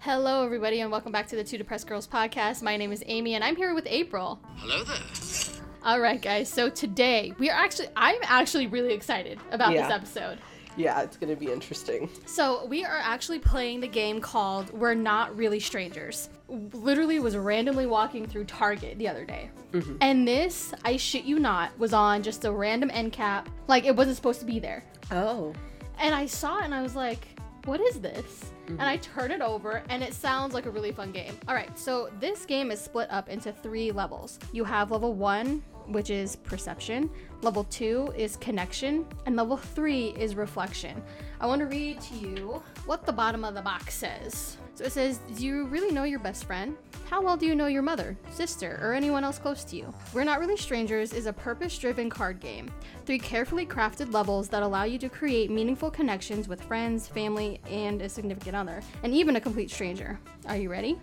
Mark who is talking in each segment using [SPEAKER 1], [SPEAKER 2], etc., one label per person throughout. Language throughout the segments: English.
[SPEAKER 1] Hello, everybody, and welcome back to the Two Depressed Girls podcast. My name is Amy, and I'm here with April.
[SPEAKER 2] Hello there.
[SPEAKER 1] All right, guys. So today we are actually, I'm actually really excited about this
[SPEAKER 3] Yeah.
[SPEAKER 1] episode.
[SPEAKER 3] Yeah, it's gonna be interesting.
[SPEAKER 1] So we are actually playing the game called We're Not Really Strangers. Literally was randomly walking through Target the other day. And this, I shit you not, was on just a random end cap. Like it wasn't supposed to be there.
[SPEAKER 3] Oh.
[SPEAKER 1] And I saw it and I was like, what is this? And I turn it over and it sounds like a really fun game. All right, so this game is split up into three levels. You have level one, which is perception, level two is connection, and level three is reflection. I want to read to you what the bottom of the box says. So it says, Do you really know your best friend? How well do you know your mother, sister, or anyone else close to you? We're Not Really Strangers is a purpose driven card game. Three carefully crafted levels that allow you to create meaningful connections with friends, family, and a significant other, and even a complete stranger. Are you ready?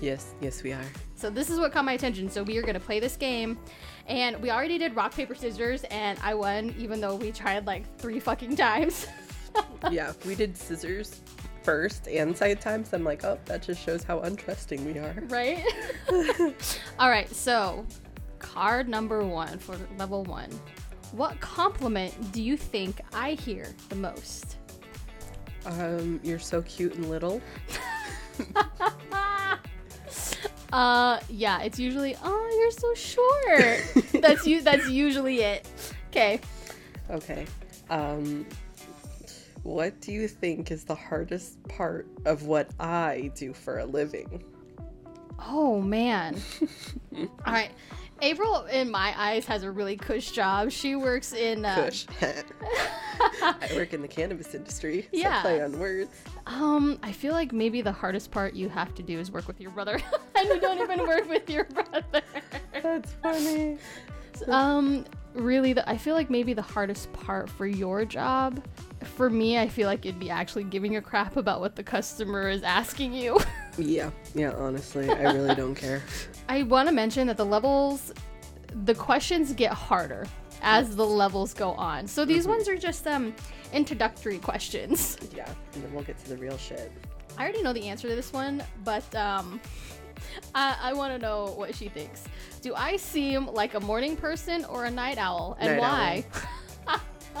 [SPEAKER 3] Yes, yes, we are.
[SPEAKER 1] So, this is what caught my attention. So, we are going to play this game. And we already did rock, paper, scissors, and I won, even though we tried like three fucking times.
[SPEAKER 3] yeah, we did scissors first and side times. I'm like, oh, that just shows how untrusting we are.
[SPEAKER 1] right? All right, so card number one for level one. What compliment do you think I hear the most?
[SPEAKER 3] Um, you're so cute and little.
[SPEAKER 1] Uh, yeah, it's usually, oh, you're so short. that's you. That's usually it. Okay.
[SPEAKER 3] Okay. Um, what do you think is the hardest part of what I do for a living?
[SPEAKER 1] Oh man. All right. April, in my eyes, has a really cush job. She works in. Uh,
[SPEAKER 3] Push. I work in the cannabis industry. so
[SPEAKER 1] Yeah.
[SPEAKER 3] play on words.
[SPEAKER 1] Um, I feel like maybe the hardest part you have to do is work with your brother, and you don't even work with your brother.
[SPEAKER 3] That's funny.
[SPEAKER 1] Um, really, the, I feel like maybe the hardest part for your job, for me, I feel like it'd be actually giving a crap about what the customer is asking you.
[SPEAKER 3] Yeah, yeah, honestly, I really don't care.
[SPEAKER 1] I want to mention that the levels, the questions get harder as the levels go on. So these ones are just um introductory questions.
[SPEAKER 3] Yeah, and then we'll get to the real shit.
[SPEAKER 1] I already know the answer to this one, but um, I, I want to know what she thinks. Do I seem like a morning person or a night owl, and
[SPEAKER 3] Night
[SPEAKER 1] why?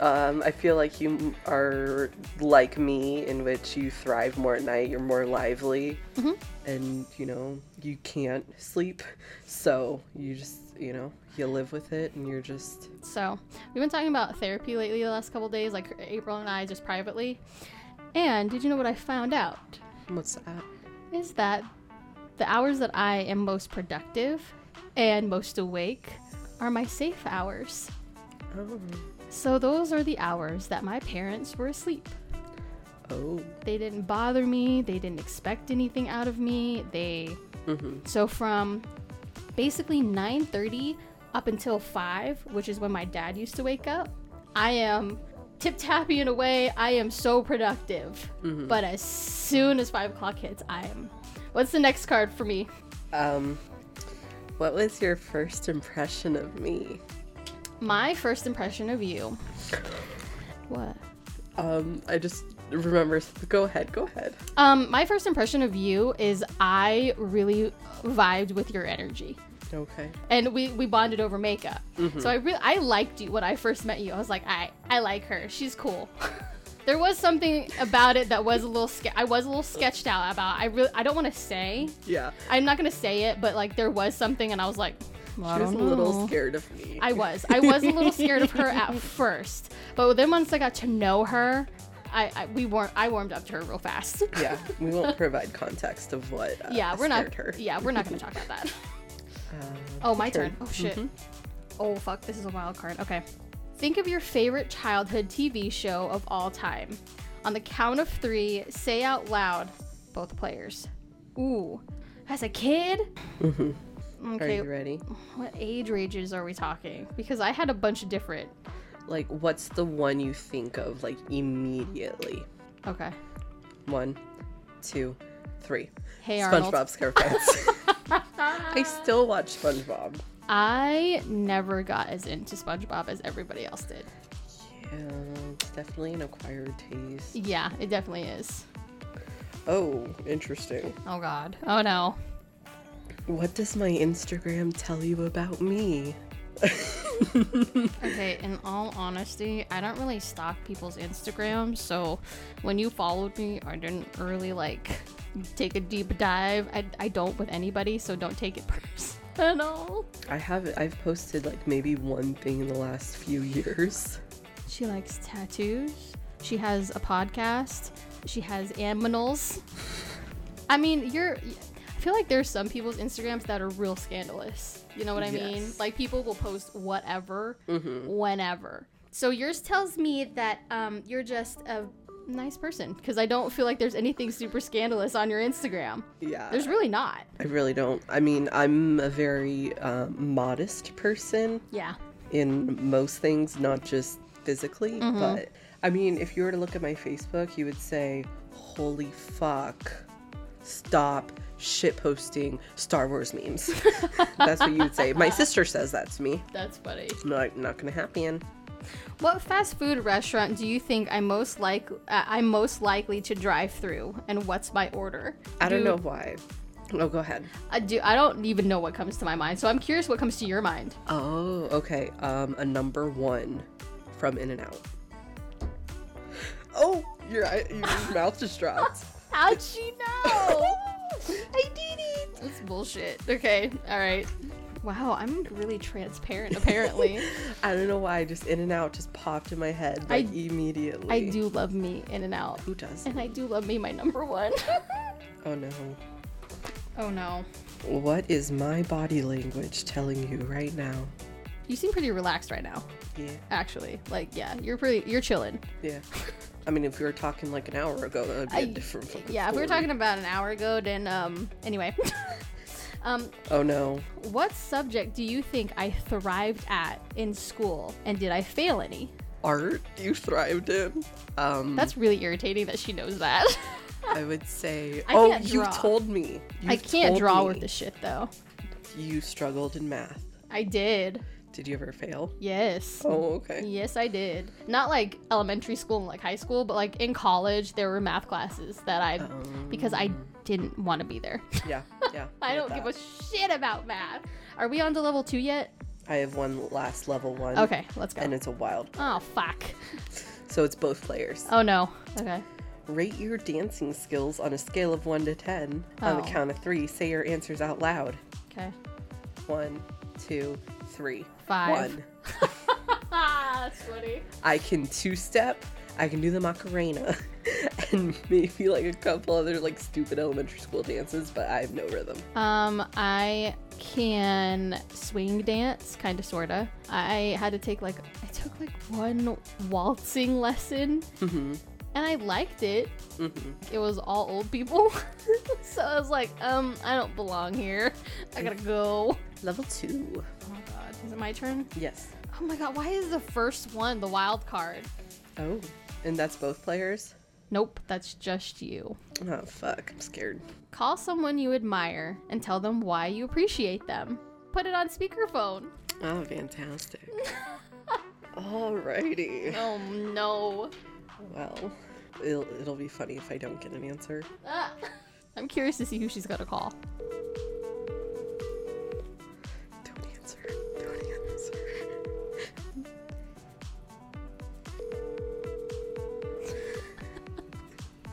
[SPEAKER 3] Um, I feel like you m- are like me, in which you thrive more at night. You're more lively,
[SPEAKER 1] Mm-hmm.
[SPEAKER 3] and you know you can't sleep, so you just you know you live with it, and you're just
[SPEAKER 1] So we've been talking about therapy lately the last couple days, like April and I just privately. And did you know what I found out?
[SPEAKER 3] what's that?
[SPEAKER 1] Is that the hours that I am most productive and most awake are my safe hours.
[SPEAKER 3] Oh,
[SPEAKER 1] So those are the hours that my parents were asleep.
[SPEAKER 3] oh,
[SPEAKER 1] They didn't bother me, they didn't expect anything out of me. They
[SPEAKER 3] Mhm.
[SPEAKER 1] So from basically 9:30 up until 5, which is when my dad used to wake up, I am tip tapping away. I am so productive. But as soon as 5 o'clock hits, I am. What's the next card for me?
[SPEAKER 3] um, what was your first impression of me?
[SPEAKER 1] My first impression of you. What?
[SPEAKER 3] Um, I just remember. Go ahead, go ahead.
[SPEAKER 1] Um, my first impression of you is I really vibed with your energy.
[SPEAKER 3] Okay.
[SPEAKER 1] and we we bonded over makeup.
[SPEAKER 3] Mm-hmm.
[SPEAKER 1] So I really I liked you when I first met you. I was like, I I like her. She's cool. there was something about it that was a little ske- I was a little sketched out about. I really I don't want to say.
[SPEAKER 3] Yeah,
[SPEAKER 1] I'm not gonna say it, but like there was something, and I was like, well, I
[SPEAKER 3] she was a
[SPEAKER 1] don't know.
[SPEAKER 3] little scared of me.
[SPEAKER 1] I was. I was a little scared of her at first, but then once I got to know her, I, I we warm I warmed up to her real fast.
[SPEAKER 3] yeah, we won't provide context of what. Uh,
[SPEAKER 1] yeah, we're not.
[SPEAKER 3] scared Her.
[SPEAKER 1] Yeah, we're not gonna talk about that.
[SPEAKER 3] Um,
[SPEAKER 1] Oh, my turn.
[SPEAKER 3] turn.
[SPEAKER 1] Oh shit. Oh fuck, this is a wild card. Okay. Think of your favorite childhood TV show of all time. On the count of three, say out loud, both players. Ooh, as a kid.
[SPEAKER 3] Mm-hmm.
[SPEAKER 1] Mm-hmm.
[SPEAKER 3] Are
[SPEAKER 1] Okay,
[SPEAKER 3] you ready?
[SPEAKER 1] what age ranges are we talking? Because I had a bunch of different.
[SPEAKER 3] Like, what's the one you think of, like, immediately?
[SPEAKER 1] Okay.
[SPEAKER 3] One, two, three.
[SPEAKER 1] Hey Arnold.
[SPEAKER 3] SpongeBob SquarePants. I still watch SpongeBob.
[SPEAKER 1] I never got as into SpongeBob as everybody else did.
[SPEAKER 3] Yeah, it's definitely an acquired taste.
[SPEAKER 1] Yeah, it definitely is.
[SPEAKER 3] Oh, interesting.
[SPEAKER 1] Oh god. Oh no.
[SPEAKER 3] What does my Instagram tell you about me?
[SPEAKER 1] Okay, in all honesty, I don't really stalk people's Instagrams, so when you followed me, I didn't really like take a deep dive. I, I don't with anybody, so don't take it personal.
[SPEAKER 3] I have I've posted like maybe one thing in the last few years.
[SPEAKER 1] She likes tattoos. She has a podcast. She has aminals. I mean, you're. I feel like there's some people's Instagrams that are real scandalous. You know what I mean?
[SPEAKER 3] Yes. Mm-hmm.
[SPEAKER 1] Like people will post whatever, whenever. So yours tells me that um, you're just a nice person because I don't feel like there's anything super scandalous on your Instagram.
[SPEAKER 3] Yeah.
[SPEAKER 1] There's really not.
[SPEAKER 3] I really don't. I mean, I'm a very um, modest person
[SPEAKER 1] Yeah.
[SPEAKER 3] in most things, not just physically, but I mean, if you were to look at my Facebook, you would say, "Holy fuck. Stop shitposting Star Wars memes." That's what you would say. My sister says that to me.
[SPEAKER 1] That's funny.
[SPEAKER 3] Not not going to happen.
[SPEAKER 1] What fast food restaurant do you think I'm most like uh, I'm most likely to drive through, and what's my order?
[SPEAKER 3] I don't
[SPEAKER 1] Do-
[SPEAKER 3] know why. Oh, go ahead.
[SPEAKER 1] I do. I don't even know what comes to my mind, so I'm curious what comes to your mind.
[SPEAKER 3] Oh, okay. Um, a number one from In and Out. Oh, your eye- your mouth just dropped.
[SPEAKER 1] How'd she know?
[SPEAKER 3] I did it.
[SPEAKER 1] That's bullshit. Okay. All right. Wow, I'm really transparent. Apparently,
[SPEAKER 3] I don't know why. Just In and Out just popped in my head
[SPEAKER 1] I-
[SPEAKER 3] like immediately.
[SPEAKER 1] I do love me In and Out,
[SPEAKER 3] Who does?
[SPEAKER 1] and I do love me my number one.
[SPEAKER 3] Oh no.
[SPEAKER 1] oh no.
[SPEAKER 3] What is my body language telling you right now?
[SPEAKER 1] You seem pretty relaxed right now.
[SPEAKER 3] Yeah.
[SPEAKER 1] Actually, like yeah, you're pretty. You're chilling.
[SPEAKER 3] Yeah. I mean, if we were talking like an hour ago, that would be a
[SPEAKER 1] I-
[SPEAKER 3] different. fucking
[SPEAKER 1] yeah, if we were
[SPEAKER 3] story.
[SPEAKER 1] talking about an hour ago, then um anyway. um
[SPEAKER 3] Oh no.
[SPEAKER 1] what subject do you think I thrived at in school and did I fail any?
[SPEAKER 3] Art, you thrived in. Um,
[SPEAKER 1] That's really irritating that she knows that.
[SPEAKER 3] I would say.
[SPEAKER 1] I
[SPEAKER 3] oh,
[SPEAKER 1] can't
[SPEAKER 3] you
[SPEAKER 1] draw.
[SPEAKER 3] told me.
[SPEAKER 1] I
[SPEAKER 3] You've
[SPEAKER 1] can't
[SPEAKER 3] told
[SPEAKER 1] draw
[SPEAKER 3] me
[SPEAKER 1] with this shit though.
[SPEAKER 3] You struggled in math.
[SPEAKER 1] I did.
[SPEAKER 3] Did you ever fail?
[SPEAKER 1] Yes.
[SPEAKER 3] Oh, okay.
[SPEAKER 1] Yes, I did. Not like elementary school and like high school, but like in college there were math classes that I because I
[SPEAKER 3] Um,
[SPEAKER 1] didn't want to be there.
[SPEAKER 3] Yeah, yeah.
[SPEAKER 1] I don't give a shit about math. Are we on to level 2 yet?
[SPEAKER 3] I have one last level one.
[SPEAKER 1] Okay, let's go.
[SPEAKER 3] Mm. And it's a wild.
[SPEAKER 1] Oh fuck.
[SPEAKER 3] So it's both players.
[SPEAKER 1] Oh no. Okay.
[SPEAKER 3] Rate your dancing skills on a scale of one to ten. On the
[SPEAKER 1] Oh.
[SPEAKER 3] count of three, say your answers out loud.
[SPEAKER 1] Okay.
[SPEAKER 3] One, two, three.
[SPEAKER 1] Five.
[SPEAKER 3] One.
[SPEAKER 1] Ah, that's funny.
[SPEAKER 3] I can two step. I can do the Macarena, and maybe like a couple other like stupid elementary school dances, but I have no rhythm.
[SPEAKER 1] Um, I can swing dance, kind of, sorta. I had to take like I took like one waltzing lesson, and I liked it. It was all old people, so I was like, um, I don't belong here. I gotta go.
[SPEAKER 3] Level two.
[SPEAKER 1] Oh my god, is it my turn?
[SPEAKER 3] Yes.
[SPEAKER 1] Oh my god, why is the first one the wild card?
[SPEAKER 3] Oh, and that's both players?
[SPEAKER 1] Nope, that's just you.
[SPEAKER 3] Oh, fuck. I'm scared.
[SPEAKER 1] Call someone you admire and tell them why you appreciate them. Put it on speakerphone.
[SPEAKER 3] Oh, fantastic. Alrighty.
[SPEAKER 1] Oh no.
[SPEAKER 3] Well, it'll, it'll be funny if I don't get an answer.
[SPEAKER 1] Ah. I'm curious to see who she's gonna call.
[SPEAKER 3] Don't answer. Don't answer.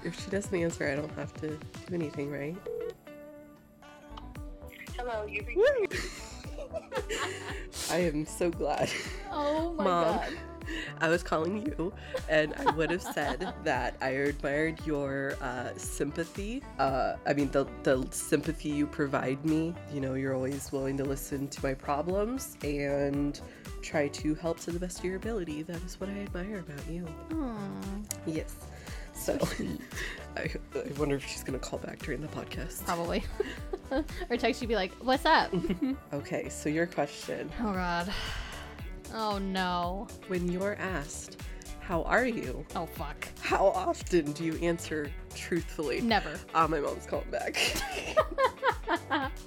[SPEAKER 3] if she doesn't answer, I don't have to do anything, right?
[SPEAKER 2] Hello, you reached
[SPEAKER 3] Woo! I am so glad.
[SPEAKER 1] Oh my
[SPEAKER 3] Mom,
[SPEAKER 1] god.
[SPEAKER 3] I was calling you, and I would have said that I admired your uh, sympathy. Uh, I mean, the, the sympathy you provide me. You know, you're always willing to listen to my problems and try to help to the best of your ability. That is what I admire about you.
[SPEAKER 1] Hmm,
[SPEAKER 3] Yes. So, I, I wonder if she's going to call back during the podcast.
[SPEAKER 1] Probably. or text you be like, what's up?
[SPEAKER 3] Okay, so your question.
[SPEAKER 1] oh god. Oh no.
[SPEAKER 3] When you're asked, how are you?
[SPEAKER 1] Oh fuck.
[SPEAKER 3] How often do you answer truthfully?
[SPEAKER 1] Never.
[SPEAKER 3] Ah, my mom's calling back.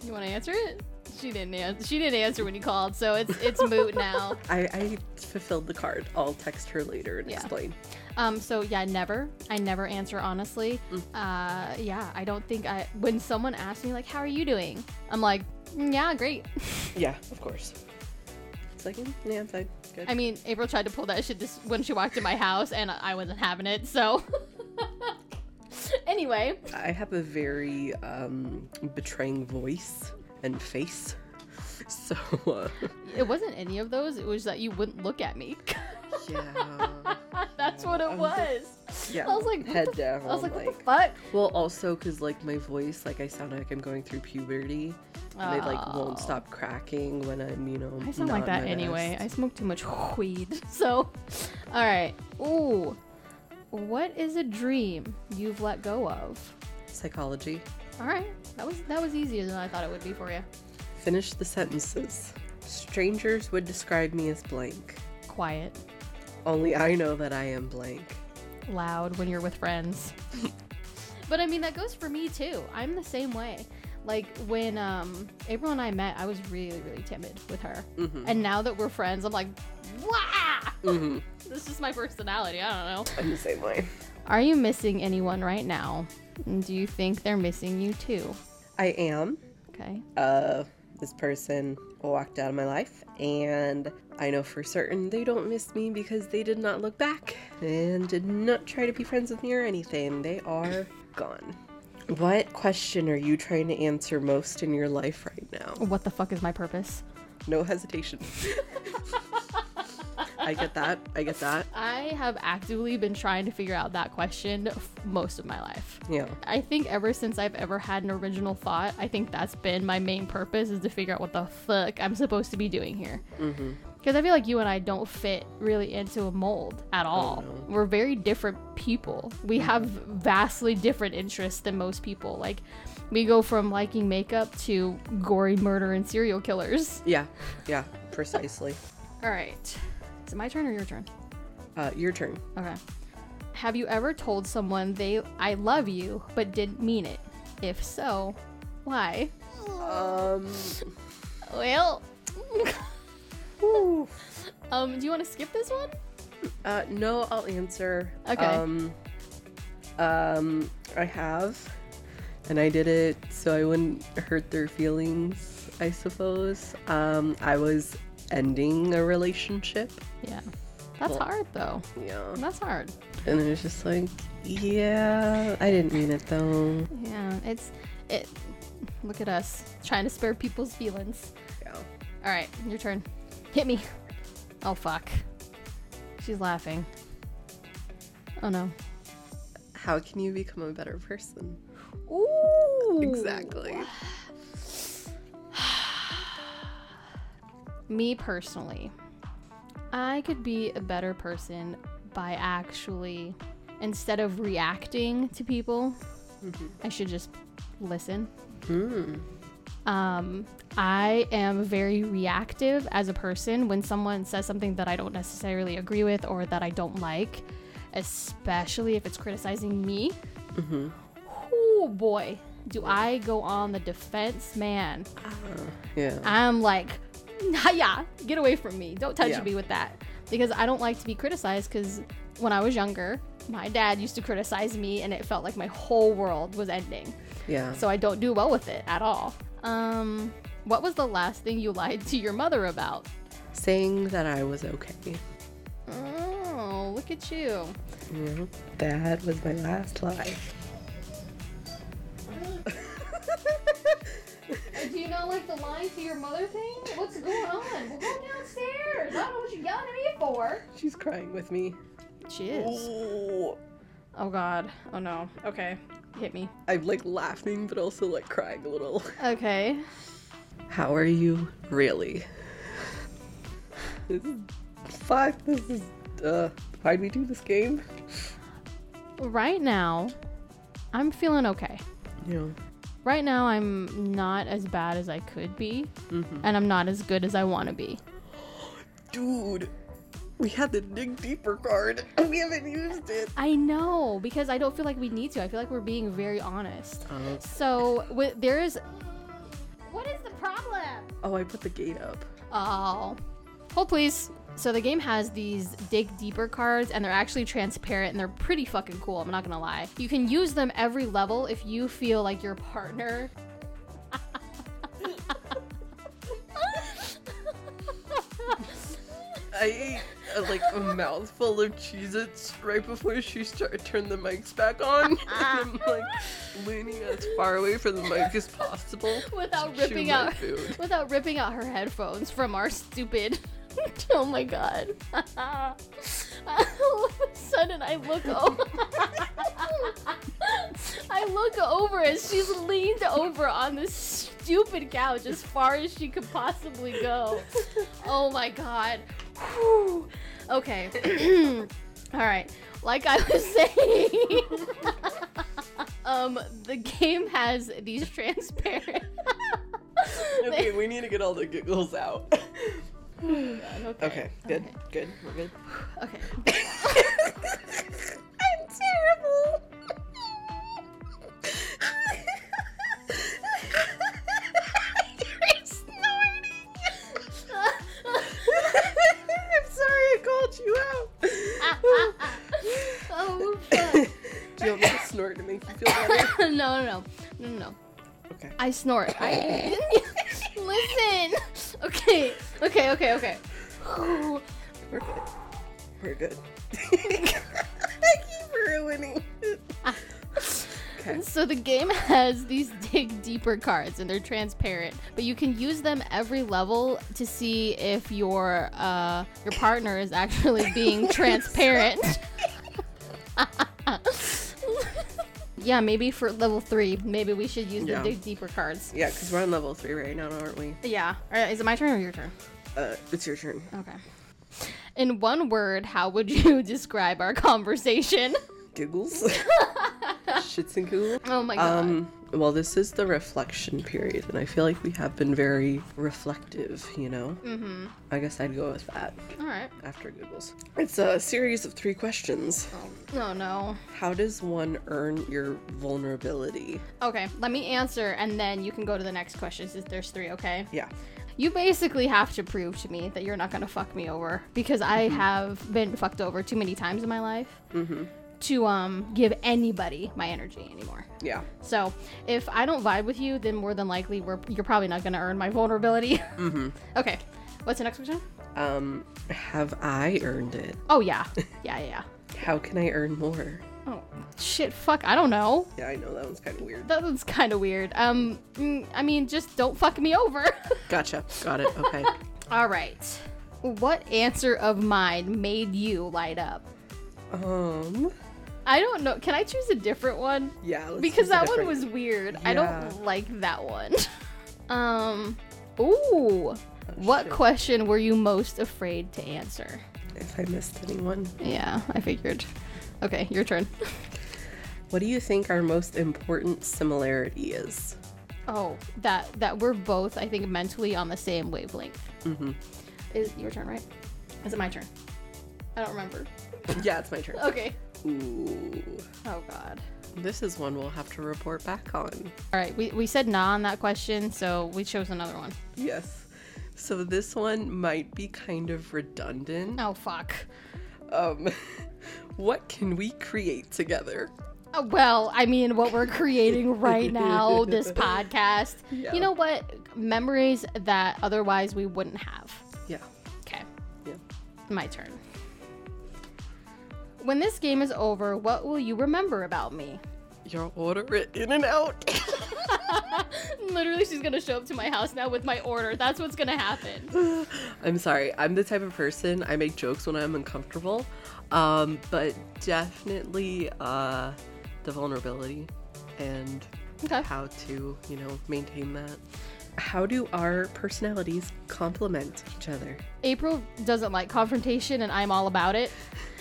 [SPEAKER 1] You wanna answer it? She didn't answer she didn't answer when you called, so it's it's moot now.
[SPEAKER 3] I, I fulfilled the card. I'll text her later and
[SPEAKER 1] Yeah.
[SPEAKER 3] explain.
[SPEAKER 1] Um, so yeah, never. I never answer honestly.
[SPEAKER 3] Mm.
[SPEAKER 1] Uh, yeah, I don't think I. When someone asks me like, "How are you doing?" I'm like, "Mm, "Yeah, great."
[SPEAKER 3] Yeah, of course. It's like, mm, yeah, I'm fine. Good.
[SPEAKER 1] I mean, April tried to pull that shit this when she walked in my house, and I wasn't having it. So, anyway,
[SPEAKER 3] I have a very um, betraying voice and face. So, uh,
[SPEAKER 1] it wasn't any of those. It was that you wouldn't look at me.
[SPEAKER 3] yeah.
[SPEAKER 1] That's what it
[SPEAKER 3] Um,
[SPEAKER 1] was.
[SPEAKER 3] yeah,
[SPEAKER 1] I was like, what
[SPEAKER 3] head
[SPEAKER 1] the f-
[SPEAKER 3] down,
[SPEAKER 1] I was like, what
[SPEAKER 3] like-
[SPEAKER 1] the fuck?
[SPEAKER 3] Well, also because like my voice, like I sound like I'm going through puberty, and it like won't
[SPEAKER 1] Oh.
[SPEAKER 3] stop cracking when I'm, you know.
[SPEAKER 1] I sound like
[SPEAKER 3] not
[SPEAKER 1] that
[SPEAKER 3] my
[SPEAKER 1] anyway.
[SPEAKER 3] best.
[SPEAKER 1] I smoke too much weed. So, all right. Ooh. What is a dream you've let go of?
[SPEAKER 3] Psychology.
[SPEAKER 1] All right. That was that was easier than I thought it would be for you.
[SPEAKER 3] Finish the sentences. Strangers would describe me as blank.
[SPEAKER 1] Quiet,
[SPEAKER 3] Only I know that I am blank.
[SPEAKER 1] loud when you're with friends. but I mean that goes for me too. I'm the same way. Like when um April and I met, I was really really timid with her. And now that we're friends, I'm like, wow.
[SPEAKER 3] Mm-hmm.
[SPEAKER 1] this is my personality. I don't know.
[SPEAKER 3] I'm the same way.
[SPEAKER 1] Are you missing anyone right now? And Do you think they're missing you too?
[SPEAKER 3] I am.
[SPEAKER 1] Okay.
[SPEAKER 3] Uh, this person walked out of my life, and I know for certain they don't miss me because they did not look back and did not try to be friends with me or anything. They are gone. What question are you trying to answer most in your life right now?
[SPEAKER 1] What the fuck is my purpose?
[SPEAKER 3] No hesitation. I get that. I get that.
[SPEAKER 1] I have actively been trying to figure out that question f- most of my life.
[SPEAKER 3] Yeah.
[SPEAKER 1] I think ever since I've ever had an original thought, I think that's been my main purpose is to figure out what the fuck I'm supposed to be doing here. Because I feel like you and I don't fit really into a mold at all. We're very different people. We have vastly different interests than most people. Like, we go from liking makeup to gory murder and serial killers.
[SPEAKER 3] Yeah. Yeah. Precisely.
[SPEAKER 1] All right. Is it my turn or your turn?
[SPEAKER 3] Uh, your turn.
[SPEAKER 1] Okay. Have you ever told someone they I love you but didn't mean it? If so, why?
[SPEAKER 3] Um.
[SPEAKER 1] Well,
[SPEAKER 3] whew.
[SPEAKER 1] um, do you want to skip this one?
[SPEAKER 3] Uh, no, I'll answer.
[SPEAKER 1] Okay.
[SPEAKER 3] Um, um, I have, and I did it so I wouldn't hurt their feelings, I suppose. Um, I was ending a relationship.
[SPEAKER 1] Yeah. That's
[SPEAKER 3] Well-
[SPEAKER 1] hard though.
[SPEAKER 3] Yeah.
[SPEAKER 1] That's hard.
[SPEAKER 3] And it was just like, yeah, I didn't mean it though.
[SPEAKER 1] Yeah, it's it look at us trying to spare people's feelings.
[SPEAKER 3] Yeah.
[SPEAKER 1] All right, your turn. Hit me. Oh fuck. She's laughing. Oh no.
[SPEAKER 3] How can you become a better person?
[SPEAKER 1] Ooh.
[SPEAKER 3] Exactly.
[SPEAKER 1] Me personally, I could be a better person by actually, instead of reacting to people, I should just listen. Um, I am very reactive as a person when someone says something that I don't necessarily agree with or that I don't like, especially if it's criticizing me. Oh boy, do I go on the defense, man.
[SPEAKER 3] Yeah.
[SPEAKER 1] I'm like, yeah, get away from me. Don't touch
[SPEAKER 3] Yeah.
[SPEAKER 1] me with that. Because I don't like to be criticized because when I was younger, my dad used to criticize me and it felt like my whole world was ending.
[SPEAKER 3] yeah.
[SPEAKER 1] So I don't do well with it at all. Um, what was the last thing you lied to your mother about?
[SPEAKER 3] Saying that I was okay.
[SPEAKER 1] Oh, look at you.
[SPEAKER 3] Yeah. That was my last lie.
[SPEAKER 1] Uh, Do you know like the lying to your mother thing? What's going on? Well, go downstairs. I don't know what you're yelling at me for.
[SPEAKER 3] She's crying with me.
[SPEAKER 1] She is. Oh God. Oh no. Okay. Hit me.
[SPEAKER 3] I'm like laughing, but also like crying a little.
[SPEAKER 1] Okay.
[SPEAKER 3] How are you really? This is- Fuck, this is. Uh, why'd we do this game?
[SPEAKER 1] right now, I'm feeling okay.
[SPEAKER 3] Yeah.
[SPEAKER 1] Right now, I'm not as bad as I could be, and I'm not as good as I want to be.
[SPEAKER 3] Dude, we had the dig deeper card. We haven't used it.
[SPEAKER 1] I know because I don't feel like we need to. I feel like we're being very honest. So wi- there is. What is the problem?
[SPEAKER 3] Oh, I put the gate up.
[SPEAKER 1] Oh, hold please. Uh, So the game has these dig deeper cards, and they're actually transparent and they're pretty fucking cool. I'm not gonna lie. You can use them every level if you feel like your partner.
[SPEAKER 3] I ate uh, like a mouthful of Cheez Its right before she started turned the mics back on. and I'm like leaning as far away from the mic as possible.
[SPEAKER 1] without
[SPEAKER 3] to chew
[SPEAKER 1] ripping
[SPEAKER 3] my
[SPEAKER 1] out
[SPEAKER 3] food.
[SPEAKER 1] without ripping out her headphones from our stupid oh my god all of a sudden i look over i look over and she's leaned over on this stupid couch as far as she could possibly go oh my god Whew. okay all right like i was saying um the game has these transparent
[SPEAKER 3] Okay, we need to get all the giggles out.
[SPEAKER 1] okay.
[SPEAKER 3] Okay, good, good, we're good.
[SPEAKER 1] Okay.
[SPEAKER 3] I'm terrible. You're snorting. I'm sorry I called you out.
[SPEAKER 1] Ah, oh fuck.
[SPEAKER 3] Do you want me to snort to make you feel
[SPEAKER 1] no,
[SPEAKER 3] better?
[SPEAKER 1] no, no, no, no.
[SPEAKER 3] Okay.
[SPEAKER 1] I snort. I listen. Okay, okay, okay, okay. Whew.
[SPEAKER 3] We're good. We're good. I keep ruining it. Okay.
[SPEAKER 1] So the game has these dig deeper cards, and they're transparent. But you can use them every level to see if your uh, your partner is actually being transparent. yeah, maybe for level three, maybe we should use
[SPEAKER 3] Yeah.
[SPEAKER 1] the dig deeper cards.
[SPEAKER 3] Yeah, because we're on level three right now, aren't we?
[SPEAKER 1] Yeah. All right, is it my turn or your turn?
[SPEAKER 3] Uh, it's your turn.
[SPEAKER 1] Okay. In one word, how would you describe our conversation?
[SPEAKER 3] Giggles. Shits and giggles.
[SPEAKER 1] Oh my god.
[SPEAKER 3] Um, well, this is the reflection period, and I feel like we have been very reflective, you know? Mm-hmm. I guess I'd go with that
[SPEAKER 1] All right.
[SPEAKER 3] after Google's. It's a series of three questions.
[SPEAKER 1] Oh no.
[SPEAKER 3] How does one earn your vulnerability?
[SPEAKER 1] Okay, let me answer and then you can go to the next question since there's three, okay?
[SPEAKER 3] Yeah.
[SPEAKER 1] You basically have to prove to me that you're not gonna fuck me over because I have been fucked over too many times in my life to um, give anybody my energy anymore.
[SPEAKER 3] Yeah.
[SPEAKER 1] So if I don't vibe with you, then more than likely we're, you're probably not gonna earn my vulnerability. okay, what's the next question?
[SPEAKER 3] Um, have I earned it?
[SPEAKER 1] Oh, yeah. Yeah, yeah, yeah.
[SPEAKER 3] How can I earn more?
[SPEAKER 1] Oh, shit, fuck, I don't know.
[SPEAKER 3] Yeah, I know that one's kind of weird.
[SPEAKER 1] That was kind of weird. Um, mm, I mean, just don't fuck me over.
[SPEAKER 3] Gotcha. Got it. Okay.
[SPEAKER 1] All right. What answer of mine made you light up?
[SPEAKER 3] um,
[SPEAKER 1] I don't know. Can I choose a different one?
[SPEAKER 3] yeah. let's
[SPEAKER 1] Because
[SPEAKER 3] use a
[SPEAKER 1] that one
[SPEAKER 3] different-
[SPEAKER 1] was weird. I
[SPEAKER 3] Yeah.
[SPEAKER 1] don't like that one. um, ooh. What
[SPEAKER 3] shit.
[SPEAKER 1] question were you most afraid to answer?
[SPEAKER 3] If I missed anyone.
[SPEAKER 1] Yeah, I figured. Okay, your turn.
[SPEAKER 3] What do you think our most important similarity is?
[SPEAKER 1] Oh, that that we're both, I think, mentally on the same wavelength.
[SPEAKER 3] Mhm.
[SPEAKER 1] Is your turn right? Is it my turn? I don't remember.
[SPEAKER 3] Yeah, it's my turn.
[SPEAKER 1] Okay.
[SPEAKER 3] Ooh.
[SPEAKER 1] Oh God.
[SPEAKER 3] This is one we'll have to report back on.
[SPEAKER 1] All right, we, we said nah on that question, so we chose another one.
[SPEAKER 3] Yes. So this one might be kind of redundant.
[SPEAKER 1] Oh fuck.
[SPEAKER 3] Um what can we create together?
[SPEAKER 1] Uh, Well, I mean, what we're creating right now, this podcast.
[SPEAKER 3] Yeah.
[SPEAKER 1] You know what? Memories that otherwise we wouldn't have.
[SPEAKER 3] Yeah.
[SPEAKER 1] Okay,
[SPEAKER 3] Yeah.
[SPEAKER 1] my turn. When this game is over, what will you remember about me?
[SPEAKER 3] Your order it in and out.
[SPEAKER 1] Literally, she's gonna show up to my house now with my order. That's what's gonna happen.
[SPEAKER 3] I'm sorry. I'm the type of person I make jokes when I'm uncomfortable. Um, but definitely uh the vulnerability and
[SPEAKER 1] Okay.
[SPEAKER 3] how to, you know, maintain that. How do our personalities complement each other?
[SPEAKER 1] April doesn't like confrontation and I'm all about it.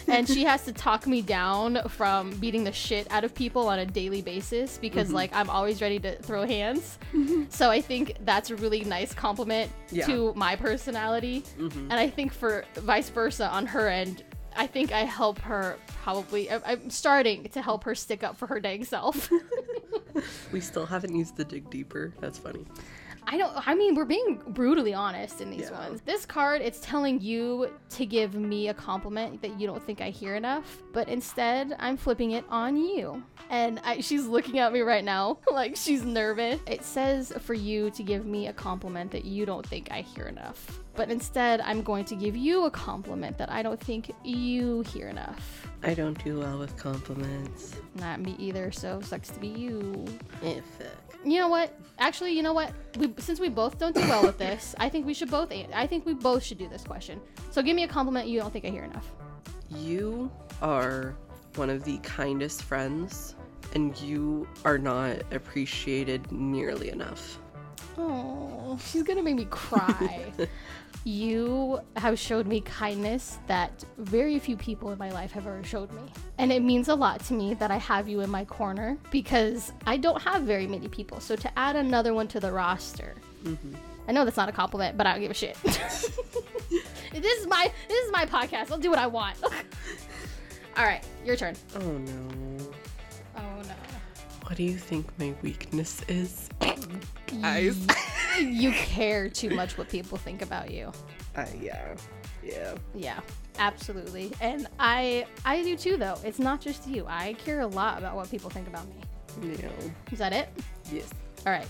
[SPEAKER 1] And she has to talk me down from beating the shit out of people on a daily basis because like I'm always ready to throw hands. So I think that's a really nice compliment
[SPEAKER 3] Yeah.
[SPEAKER 1] to my personality. And I think for vice versa on her end, I think I help her probably I- I'm starting to help her stick up for her dang self.
[SPEAKER 3] We still haven't used the dig deeper. That's funny.
[SPEAKER 1] I don't. I mean, we're being brutally honest in these
[SPEAKER 3] Yeah.
[SPEAKER 1] ones. This card, it's telling you to give me a compliment that you don't think I hear enough, but instead, I'm flipping it on you. And I, she's looking at me right now, like she's nervous. It says for you to give me a compliment that you don't think I hear enough, but instead, I'm going to give you a compliment that I don't think you hear enough.
[SPEAKER 3] I don't do well with compliments.
[SPEAKER 1] Not me either. So sucks to be you.
[SPEAKER 3] Eh, fuck.
[SPEAKER 1] You know what? Actually, you know what? We, since we both don't do well with this, I think we should both. an- I think we both should do this question. So give me a compliment you don't think I hear enough.
[SPEAKER 3] You are one of the kindest friends, and you are not appreciated nearly enough.
[SPEAKER 1] Oh, she's gonna make me cry. you have showed me kindness that very few people in my life have ever showed me, and it means a lot to me that I have you in my corner because I don't have very many people. So to add another one to the roster, I know that's not a compliment, but I don't give a shit. this is my this is my podcast. I'll do what I want. All right, your turn.
[SPEAKER 3] Oh no.
[SPEAKER 1] Oh no.
[SPEAKER 3] What do you think my weakness is? Eyes.
[SPEAKER 1] You care too much what people think about you.
[SPEAKER 3] Uh, yeah. Yeah.
[SPEAKER 1] Yeah, absolutely. And I I do too though. It's not just you. I care a lot about what people think about me.
[SPEAKER 3] No.
[SPEAKER 1] Is that it?
[SPEAKER 3] Yes.
[SPEAKER 1] All right.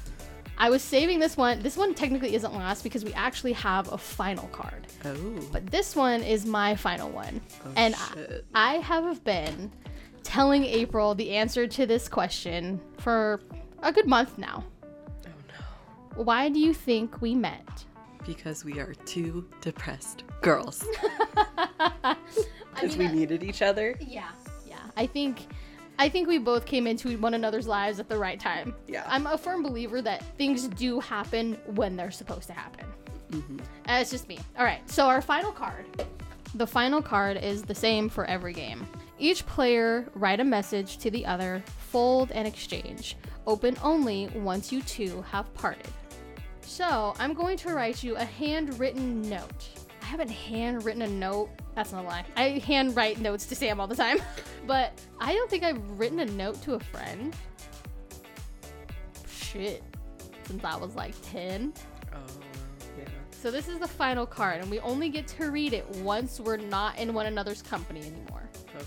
[SPEAKER 1] I was saving this one. This one technically isn't last because we actually have a final card.
[SPEAKER 3] Oh.
[SPEAKER 1] But this one is my final one. and I-
[SPEAKER 3] shit.
[SPEAKER 1] I have been telling April the answer to this question for a good month now.
[SPEAKER 3] oh no.
[SPEAKER 1] Why do you think we met?
[SPEAKER 3] Because we are two depressed girls.
[SPEAKER 1] I
[SPEAKER 3] Because we
[SPEAKER 1] uh,
[SPEAKER 3] needed each other.
[SPEAKER 1] Yeah, yeah. I think, I think we both came into one another's lives at the right time.
[SPEAKER 3] Yeah.
[SPEAKER 1] I'm a firm believer that things do happen when they're supposed to happen. Uh, it's just me. All right. So our final card. The final card is the same for every game. Each player write a message to the other, fold and exchange. Open only once you two have parted. So I'm going to write you a handwritten note. I haven't handwritten a note. That's not a lie. I handwrite notes to Sam all the time, but I don't think I've written a note to a friend. Shit, since I was like 10.
[SPEAKER 3] Oh, yeah.
[SPEAKER 1] So this is the final card, and we only get to read it once we're not in one another's company anymore.
[SPEAKER 3] Okay.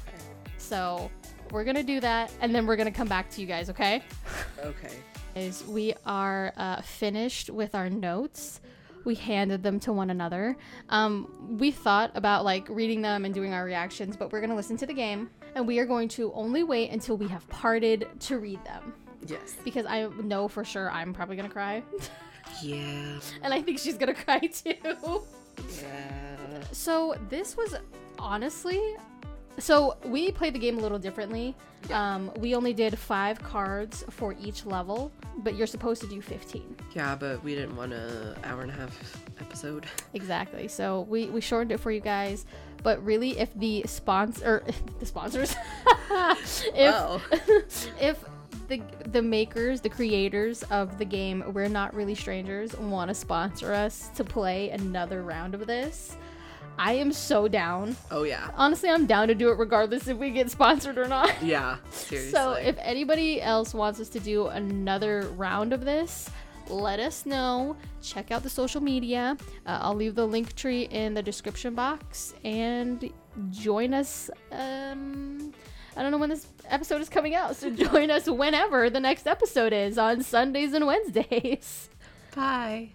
[SPEAKER 1] So we're gonna do that, and then we're gonna come back to you guys, okay?
[SPEAKER 3] Okay.
[SPEAKER 1] Is we are uh, finished with our notes. We handed them to one another. Um, we thought about like reading them and doing our reactions, but we're gonna listen to the game, and we are going to only wait until we have parted to read them
[SPEAKER 3] Yes.
[SPEAKER 1] because I know for sure I'm probably gonna cry,
[SPEAKER 3] Yeah.
[SPEAKER 1] and I think she's gonna cry too.
[SPEAKER 3] Yeah.
[SPEAKER 1] So this was honestly, so we played the game a little differently. Um, we only did five cards for each level, but you're supposed to do 15.
[SPEAKER 3] Yeah, but we didn't want a hour and a half episode.
[SPEAKER 1] Exactly. So we, we shortened it for you guys. But really, if the sponsor, the sponsors, if
[SPEAKER 3] Wow.
[SPEAKER 1] if the the makers, the creators of the game, we're not really strangers, want to sponsor us to play another round of this, I am so down.
[SPEAKER 3] Oh yeah.
[SPEAKER 1] honestly, I'm down to do it regardless if we get sponsored or not.
[SPEAKER 3] Yeah. Seriously.
[SPEAKER 1] So if anybody else wants us to do another round of this, let us know. Check out the social media. Uh, I'll leave the link tree in the description box and join us. Um, I don't know when this episode is coming out, so join us whenever the next episode is on Sundays and Wednesdays.
[SPEAKER 3] Bye.